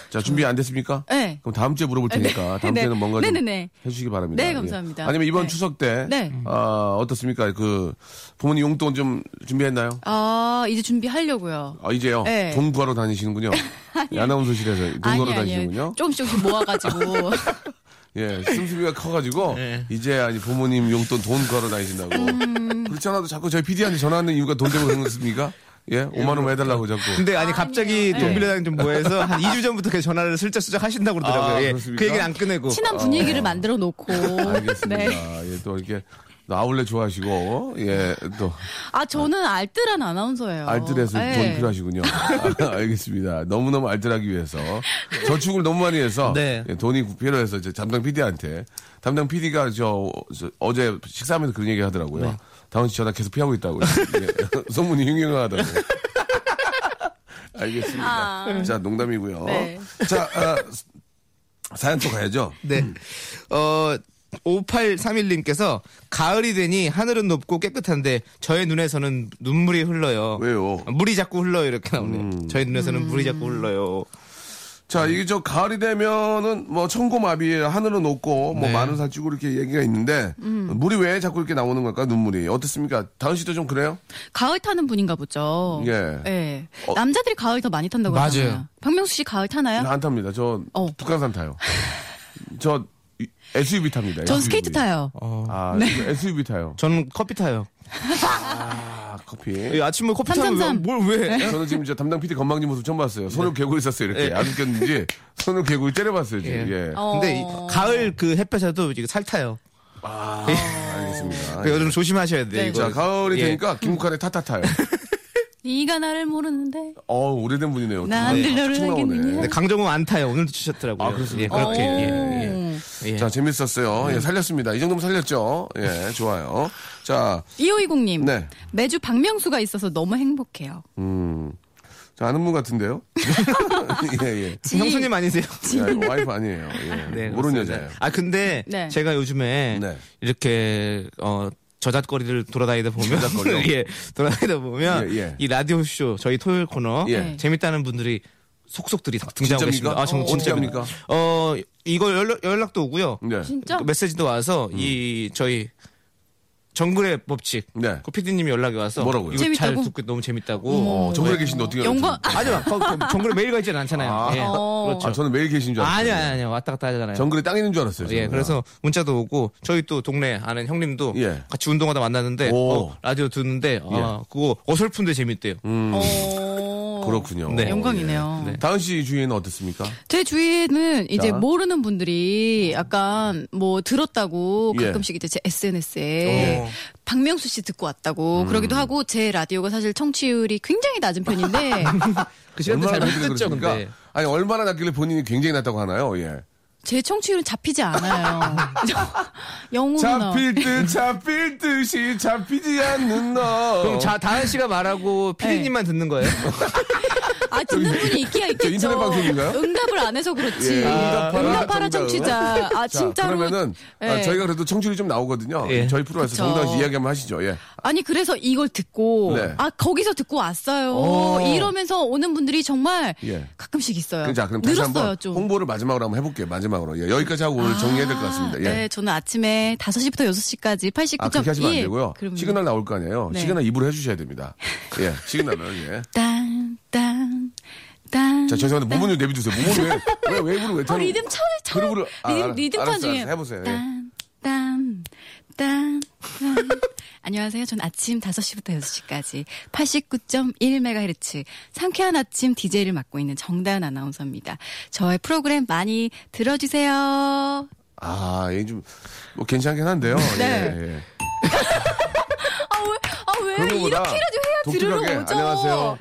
Speaker 2: 자, 준비 안 됐습니까?
Speaker 3: 네.
Speaker 2: 그럼 다음 주에 물어볼 테니까
Speaker 3: 네.
Speaker 2: 다음
Speaker 3: 네.
Speaker 2: 주에는 뭔가 좀
Speaker 3: 네네네.
Speaker 2: 해주시기 바랍니다. 예.
Speaker 3: 네, 감사합니다.
Speaker 2: 아니면 이번
Speaker 3: 네.
Speaker 2: 추석 때
Speaker 3: 네.
Speaker 2: 아, 어떻습니까? 그 부모님 용돈 좀 준비했나요?
Speaker 3: 아, 이제 준비하려고요.
Speaker 2: 아, 이제요.
Speaker 3: 네.
Speaker 2: 돈 구하러 다니시는군요. 이 아나운서실에서 돈 구하러 다니시는군요.
Speaker 3: 조금씩 조금씩 모아가지고.
Speaker 2: 예, 씀씀이가 커가지고 이제야 이제 부모님 용돈 돈 구하러 다니신다고. 그렇지 않아도 자꾸 저희 PD한테 전화하는 이유가 돈 때문에 그런 거습니까? 예, 5만 원왜 달라고 자꾸.
Speaker 5: 근데 아니 갑자기 돈 빌려달라는 좀 뭐해서 한 2주 전부터 계속 전화를 슬쩍슬쩍 하신다고 그러더라고요.
Speaker 2: 아,
Speaker 5: 예.
Speaker 2: 그렇습니까?
Speaker 5: 그 얘기는 안 끊고.
Speaker 3: 친한 분위기를 만들어 놓고.
Speaker 2: 알겠습니다.
Speaker 3: 네.
Speaker 2: 예, 또 이렇게 아울렛 좋아하시고 예, 또
Speaker 3: 아, 저는 알뜰한 아나운서예요.
Speaker 2: 알뜰해서
Speaker 3: 네.
Speaker 2: 돈 필요하시군요. 아, 알겠습니다. 너무너무 알뜰하기 위해서. 저축을 너무 많이 해서.
Speaker 5: 네.
Speaker 2: 예, 돈이 필요해서 제 담당 PD한테. 담당 PD가 저, 저 어제 식사하면서 그런 얘기 하더라고요. 다은 씨 전화 계속 피하고 있다고. 예, 소문이 흉흉하다고. 알겠습니다. 자, 농담이고요.
Speaker 3: 아. 네.
Speaker 2: 자, 아, 사연 또 가야죠.
Speaker 5: 네. 어, 5831님께서 가을이 되니 하늘은 높고 깨끗한데 저의 눈에서는 눈물이 흘러요.
Speaker 2: 왜요? 음.
Speaker 3: 음.
Speaker 5: 물이 자꾸 흘러요 이렇게 나오네요. 저의 눈에서는 물이 자꾸 흘러요.
Speaker 2: 자, 이게 저 가을이 되면은 뭐 청고마비 하늘은 없고 뭐
Speaker 5: 네.
Speaker 2: 많은 살찌고 이렇게 얘기가 있는데
Speaker 3: 음.
Speaker 2: 물이 왜 자꾸 이렇게 나오는 걸까 눈물이 어떻습니까? 다은 씨도 좀 그래요?
Speaker 3: 가을 타는 분인가 보죠.
Speaker 2: 예.
Speaker 3: 예. 남자들이 가을 더 많이 탄다고
Speaker 5: 맞아요.
Speaker 3: 하잖아요. 박명수 씨 가을 타나요?
Speaker 2: 나 안 탑니다. 저
Speaker 3: 네? 어.
Speaker 2: 북한산 타요. 저 이- SUV 탑니다.
Speaker 3: 전
Speaker 2: SUV.
Speaker 3: 스케이트 타요. 네.
Speaker 2: 아, 저 SUV 타요.
Speaker 5: 저는 커피 타요.
Speaker 2: 아, 커피.
Speaker 5: 이 아침에 커피
Speaker 3: 삼삼삼.
Speaker 5: 타면 뭘 왜?
Speaker 3: 네.
Speaker 2: 저는 지금 저 담당 PD 건방진 모습 처음 봤어요. 손을 개고 있었어요. 이렇게 안 웃겼는지 손을 개고 때려봤어요. 지금. 네. 예.
Speaker 3: 어.
Speaker 5: 근데 이 가을 그 햇볕에도 이게 살 타요.
Speaker 2: 아. 알겠습니다.
Speaker 5: 그러니까 요즘 조심하셔야 돼요.
Speaker 3: 네.
Speaker 5: 이거.
Speaker 2: 자, 가을이
Speaker 5: 예.
Speaker 2: 되니까 김국환의 타타타요.
Speaker 3: 네가 나를 모르는데
Speaker 2: 어 오래된 분이네요.
Speaker 3: 나안
Speaker 2: 네.
Speaker 3: 들려를
Speaker 2: 쭉 나오네.
Speaker 3: 하겠느냐?
Speaker 5: 근데 강정호 안 타요. 오늘도 치셨더라고요.
Speaker 2: 아, 그렇습니까?
Speaker 5: 예, 그렇게.
Speaker 3: 오.
Speaker 5: 예, 예, 예.
Speaker 2: 자, 재밌었어요. 예, 살렸습니다. 이 정도면 살렸죠. 예, 좋아요. 자,
Speaker 3: 2520님
Speaker 2: 네.
Speaker 3: 매주 박명수가 있어서 너무 행복해요.
Speaker 2: 저 음. 아는 분 같은데요? 예, 예.
Speaker 5: 형수님 아니세요?
Speaker 2: 예, 와이프 아니에요. 예. 모르는
Speaker 5: 네, 그렇습니다.
Speaker 2: 여자예요.
Speaker 5: 아 근데
Speaker 3: 네.
Speaker 5: 제가 요즘에
Speaker 2: 네.
Speaker 5: 이렇게 어 저잣거리를 돌아다니다 보면
Speaker 2: 저잣거리요?
Speaker 5: 예 돌아다니다 보면
Speaker 2: 예, 예.
Speaker 5: 이 라디오 쇼 저희 토요일 코너
Speaker 2: 예.
Speaker 5: 재밌다는 분들이 속속들이
Speaker 2: 진짜입니까?
Speaker 5: 등장하고 계십니다. 아, 정-
Speaker 2: 어,
Speaker 5: 진짜입니다.
Speaker 2: 진짜입니까?
Speaker 5: 어 이거 연락, 연락도 오고요.
Speaker 2: 네. 음.
Speaker 3: 진짜?
Speaker 5: 그 메시지도 와서 이 저희 정글의 법칙
Speaker 2: 네.
Speaker 5: 그 PD님이 연락이 와서
Speaker 2: 뭐라고요?
Speaker 5: 이거 잘
Speaker 3: 재밌다고?
Speaker 5: 듣고 너무
Speaker 2: 어,
Speaker 5: 재밌다고
Speaker 2: 정글에 계신데 어떻게 알아요?
Speaker 3: 영광 아,
Speaker 5: 아니요 거- 정글에 매일 가 있지는 않잖아요. 예.
Speaker 3: 어.
Speaker 5: 그렇죠.
Speaker 2: 아, 저는 매일 계신 줄 알았어요.
Speaker 5: 아니요 아니요 왔다 갔다 하잖아요.
Speaker 2: 정글에 땅 있는 줄 알았어요.
Speaker 5: 예,
Speaker 2: 저는.
Speaker 5: 그래서 문자도 오고 저희 또 동네 아는 형님도
Speaker 2: 예.
Speaker 5: 같이 운동하다 만났는데
Speaker 2: 오. 예.
Speaker 5: 어, 라디오 듣는데 아, 그거 어설픈데 재밌대요.
Speaker 2: 아,
Speaker 3: 어.
Speaker 2: 그렇군요.
Speaker 5: 네.
Speaker 3: 영광이네요.
Speaker 5: 예. 네.
Speaker 2: 다은 씨 주위에는 어떻습니까?
Speaker 3: 제 주위에는 이제
Speaker 2: 자.
Speaker 3: 모르는 분들이 약간 뭐 들었다고
Speaker 2: 예. 어.
Speaker 3: 가끔씩 이제 제 SNS에 박명수 씨 듣고 왔다고
Speaker 2: 음.
Speaker 3: 그러기도 하고 제 라디오가 사실 청취율이 굉장히 낮은 편인데
Speaker 5: 그 시간대 잘
Speaker 2: 낮길래
Speaker 5: 못듣죠
Speaker 2: 그렇습니까?
Speaker 5: 근데.
Speaker 2: 아니, 얼마나 낮길래 본인이 굉장히 낮다고 하나요? 예.
Speaker 3: 제 청취율은 잡히지 않아요. 영웅은
Speaker 2: 잡힐 듯, 잡힐 듯이 잡히지 않는 너.
Speaker 5: 그럼 자 다은 씨가 말하고 피디님만 듣는 거예요?
Speaker 3: 아 듣는 분이 있기야 있겠죠.
Speaker 2: 인터넷 방송인가요?
Speaker 3: 응답을 안 해서 그렇지.
Speaker 2: 예, 응답하라, 정답은.
Speaker 3: 응답하라 정치자.
Speaker 2: 자,
Speaker 3: 아 진짜로.
Speaker 2: 그러면은 아,
Speaker 3: 예.
Speaker 2: 저희가 그래도 청취율이 좀 나오거든요.
Speaker 5: 예.
Speaker 2: 저희 프로에서
Speaker 3: 그쵸. 어.
Speaker 2: 정당히 이야기 한번 하시죠. 예.
Speaker 3: 아니 그래서 이걸 듣고
Speaker 2: 네.
Speaker 3: 아 거기서 듣고 왔어요.
Speaker 2: 오.
Speaker 3: 이러면서 오는 분들이 정말
Speaker 2: 예.
Speaker 3: 가끔씩 있어요.
Speaker 2: 그럼 자, 그럼 다시
Speaker 3: 늘었어요
Speaker 2: 한번
Speaker 3: 좀. 아.
Speaker 2: 홍보를 마지막으로 한번 해볼게요. 마지막으로. 예, 여기까지 하고 오늘 정리해야 될 것 같습니다. 예.
Speaker 3: 네, 저는 아침에 5시부터 6시까지 89.1.
Speaker 2: 아, 그렇게 하시면 안 되고요.
Speaker 3: 예. 그럼요.
Speaker 2: 시그널 나올 거 아니에요.
Speaker 3: 네.
Speaker 2: 시그널 입으로 해주셔야 됩니다. 예, 시그널을, 예.
Speaker 3: 딴, 딴, 딴.
Speaker 2: 자, 죄송한데, 무모좀 내비두세요. 무모 왜, 왜, 왜 입으로 왜
Speaker 3: 네. 아,
Speaker 2: 타는
Speaker 3: 리듬 차, 차.
Speaker 2: 그룹으로- 아,
Speaker 3: 리듬,
Speaker 2: 알았-
Speaker 3: 리듬 판
Speaker 2: 알았어,
Speaker 3: 중에.
Speaker 2: 알았어. 해보세요. 예.
Speaker 3: 딴, 딴, 딴, 딴. 안녕하세요. 전 아침 5시부터 6시까지 89.1MHz 상쾌한 아침 DJ를 맡고 있는 정다은 아나운서입니다. 저의 프로그램 많이 들어주세요.
Speaker 2: 아, 예, 좀, 뭐, 괜찮긴 한데요.
Speaker 3: 네.
Speaker 2: 예, 예.
Speaker 3: 아, 왜, 아, 왜
Speaker 2: 그런 거보다
Speaker 3: 이렇게라도 해야 들으러
Speaker 2: 독특하게,
Speaker 3: 오죠?
Speaker 2: 안녕하세요.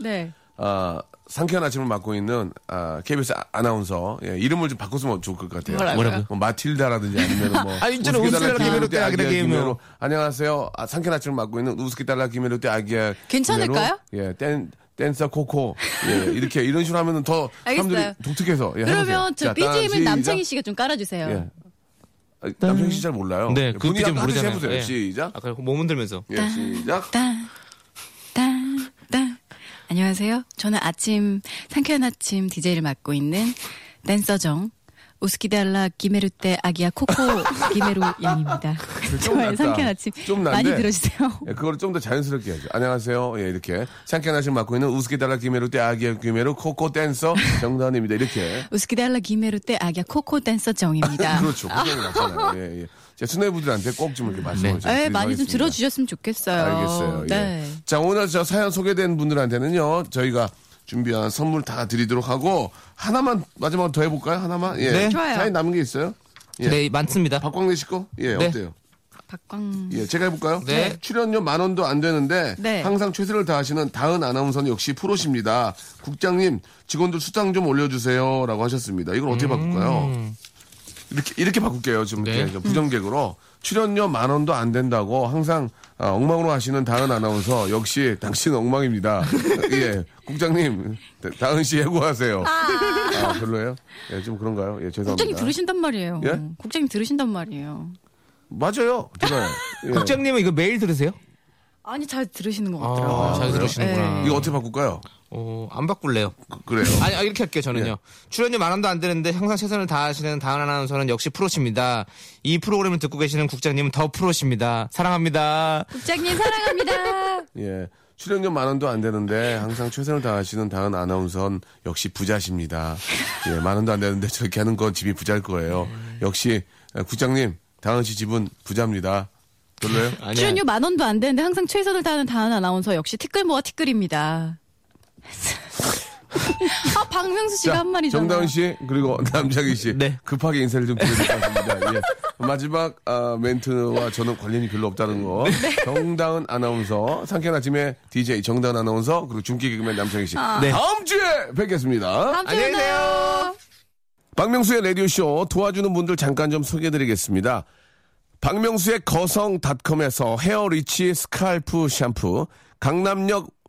Speaker 3: 네.
Speaker 2: 아, 상쾌한 아침을 맡고 있는 아, KBS 아- 아나운서 예, 이름을 좀 바꿨으면 좋을 것 같아요.
Speaker 3: 뭐라고요? 뭐라고요?
Speaker 2: 뭐 마틸다라든지 아니면 뭐
Speaker 5: 아니, 이제는 우스키달라 김혜로 때 아기야 김혜로.
Speaker 2: 안녕하세요. 아, 상쾌한 아침을 맡고 있는 우스키달라 김혜로 때 아기야
Speaker 3: 괜찮을까요?
Speaker 2: 김혜로. 예, 댄 댄서 코코 예, 이렇게 이런 식으로 하면은 더
Speaker 3: 알겠어요.
Speaker 2: 사람들이 독특해서 예, 해보세요.
Speaker 3: 그러면 저
Speaker 2: 자, 따라
Speaker 3: BGM은 남창희
Speaker 2: 시작.
Speaker 3: 씨가 좀 깔아주세요.
Speaker 2: 예. 아, 남창희 씨잘 몰라요.
Speaker 5: 네, 그
Speaker 2: 본인이
Speaker 5: BGM
Speaker 2: 한번 하듯이
Speaker 5: 모르잖아요.
Speaker 2: 해보세요.
Speaker 5: 예.
Speaker 2: 시작.
Speaker 5: 아까 몸 흔들면서.
Speaker 2: 예, 시작.
Speaker 3: 딴, 딴, 딴. 안녕하세요. 저는 아침, 상쾌한 아침 DJ를 맡고 있는 댄서정. 우스키달라 기메루떼 아기야 코코 기메루 양입니다.
Speaker 2: 좀
Speaker 3: 저의
Speaker 2: 낫다.
Speaker 3: 상쾌한 아침
Speaker 2: 좀 낫네.
Speaker 3: 많이 들어주세요.
Speaker 2: 예, 그거를 좀 더 자연스럽게 해야죠. 안녕하세요. 예, 이렇게. 상쾌한 아침 맡고 있는 우스키달라 김혜로 때 아기야 김혜로 코코 댄서 정다은입니다. 이렇게.
Speaker 3: 우스키달라 기메루떼 아기야 코코 댄서정입니다.
Speaker 2: 그렇죠. 굉장히 낫잖아요. 예, 예. 제 수뇌부들한테 꼭 좀 이렇게 말씀을 좀
Speaker 3: 네, 많이 좀
Speaker 2: 드리도록 하겠습니다.
Speaker 3: 들어주셨으면 좋겠어요.
Speaker 2: 알겠어요. 예.
Speaker 3: 네.
Speaker 2: 자, 오늘 저 사연 소개된 분들한테는요, 저희가 준비한 선물 다 드리도록 하고, 하나만 마지막으로 더 해볼까요? 하나만? 예.
Speaker 5: 네.
Speaker 3: 좋아요.
Speaker 2: 사연 남은 게 있어요? 예.
Speaker 5: 네 많습니다.
Speaker 2: 박광래 씨 거? 예,
Speaker 5: 네.
Speaker 2: 어때요?
Speaker 3: 박광.
Speaker 2: 예, 제가 해볼까요?
Speaker 5: 네.
Speaker 2: 출연료 만 원도 안 되는데
Speaker 3: 네.
Speaker 2: 항상 최선을 다하시는 다은 아나운서는 역시 프로십니다. 국장님 직원들 수당 좀 올려주세요라고 하셨습니다. 이걸 어떻게 바꿀까요? 이렇게 이렇게 바꿀게요. 지금 이렇게
Speaker 5: 음. 네.
Speaker 2: 좀 부정객으로 출연료 만 원도 안 된다고 항상 아, 엉망으로 하시는 다은 아나운서 역시 당신 엉망입니다. 예, 국장님 다- 다은 씨 해고하세요. 아, 별로예요? 예, 좀 그런가요? 예, 죄송합니다.
Speaker 3: 국장님 들으신단 말이에요.
Speaker 2: 예?
Speaker 3: 국장님 들으신단 말이에요.
Speaker 2: 맞아요. 들어요. 예.
Speaker 5: 국장님은 이거 매일 들으세요?
Speaker 3: 아니 잘 들으시는 것 같아요.
Speaker 5: 잘 들으시는구나.
Speaker 2: 이거 어떻게 바꿀까요?
Speaker 5: 네. 어, 안 바꿀래요.
Speaker 2: 그래요.
Speaker 5: 아니, 아, 이렇게 할게요,
Speaker 2: 예.
Speaker 5: 저는요. 출연료 만원도 안 되는데 항상 최선을 다하시는 다은 아나운서는 역시 프로십니다. 이 프로그램을 듣고 계시는 국장님은 더 프로십니다. 사랑합니다.
Speaker 9: 국장님 사랑합니다.
Speaker 2: 예. 출연료 만 원도 안 되는데 항상 최선을 다하시는 다은 아나운서는 역시 부자십니다. 예, 만 원도 안 되는데 저렇게 하는 건 집이 부자일 거예요. 역시 에, 국장님, 다은 씨 집은 부자입니다. 별로예요?
Speaker 5: 아니야.
Speaker 3: 출연료 만 원도 안 되는데 항상 최선을 다하는 다은 아나운서 역시 티끌 모아 티끌입니다. 아 박명수 씨가
Speaker 2: 자,
Speaker 3: 한 말이잖아요.
Speaker 2: 정다은 씨 그리고 남자기 씨
Speaker 5: 네.
Speaker 2: 급하게 인사를 좀 드리겠습니다. 예. 마지막 아, 멘트와 저는 관련이 별로 없다는 거.
Speaker 3: 네.
Speaker 2: 정다은 아나운서, 상쾌한 아침에 DJ 정다은 아나운서 그리고 중기 개그맨 남창희 씨.
Speaker 5: 네.
Speaker 2: 다음 주에 뵙겠습니다.
Speaker 3: 아. 다음 주에
Speaker 5: 안녕히 계세요.
Speaker 3: 만나요.
Speaker 2: 박명수의 라디오쇼 도와주는 분들 잠깐 좀 소개해드리겠습니다. 박명수의 거성닷컴에서 헤어리치 스칼프 샴푸, 강남역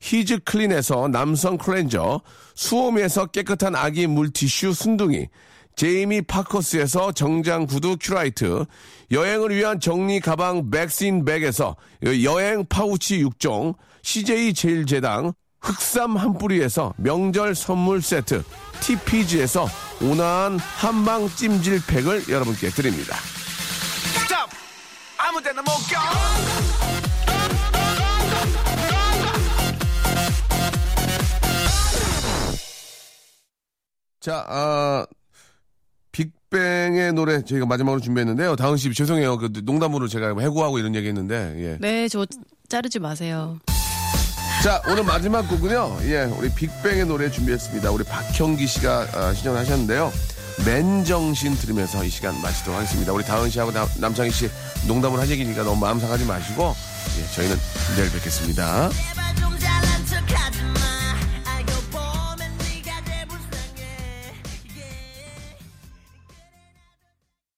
Speaker 2: 히즈 클린에서 남성 클렌저, 수오미에서 깨끗한 아기 물티슈 순둥이, 제이미 파커스에서 정장 구두 큐라이트, 여행을 위한 정리 가방 백스인 백에서 여행 파우치 6종, CJ 제일제당, 흑삼 한 뿌리에서 명절 선물 세트, TPG에서 온화한 한방 찜질팩을 여러분께 드립니다. 자, 아, 빅뱅의 노래 저희가 마지막으로 준비했는데요. 다은 씨 죄송해요. 그 농담으로 제가 해고하고 이런 얘기했는데. 예.
Speaker 3: 네, 저 자르지 마세요.
Speaker 2: 자, 오늘 마지막 곡은요. 예, 우리 빅뱅의 노래 준비했습니다. 우리 박형기 씨가 아, 신청하셨는데요. 맨정신 들으면서 이 시간 마치도록 하겠습니다. 우리 다은 씨하고 남, 남창희 씨 농담을 한 얘기니까 너무 마음 상하지 마시고 예, 저희는 내일 뵙겠습니다.
Speaker 6: 제발 좀 잘라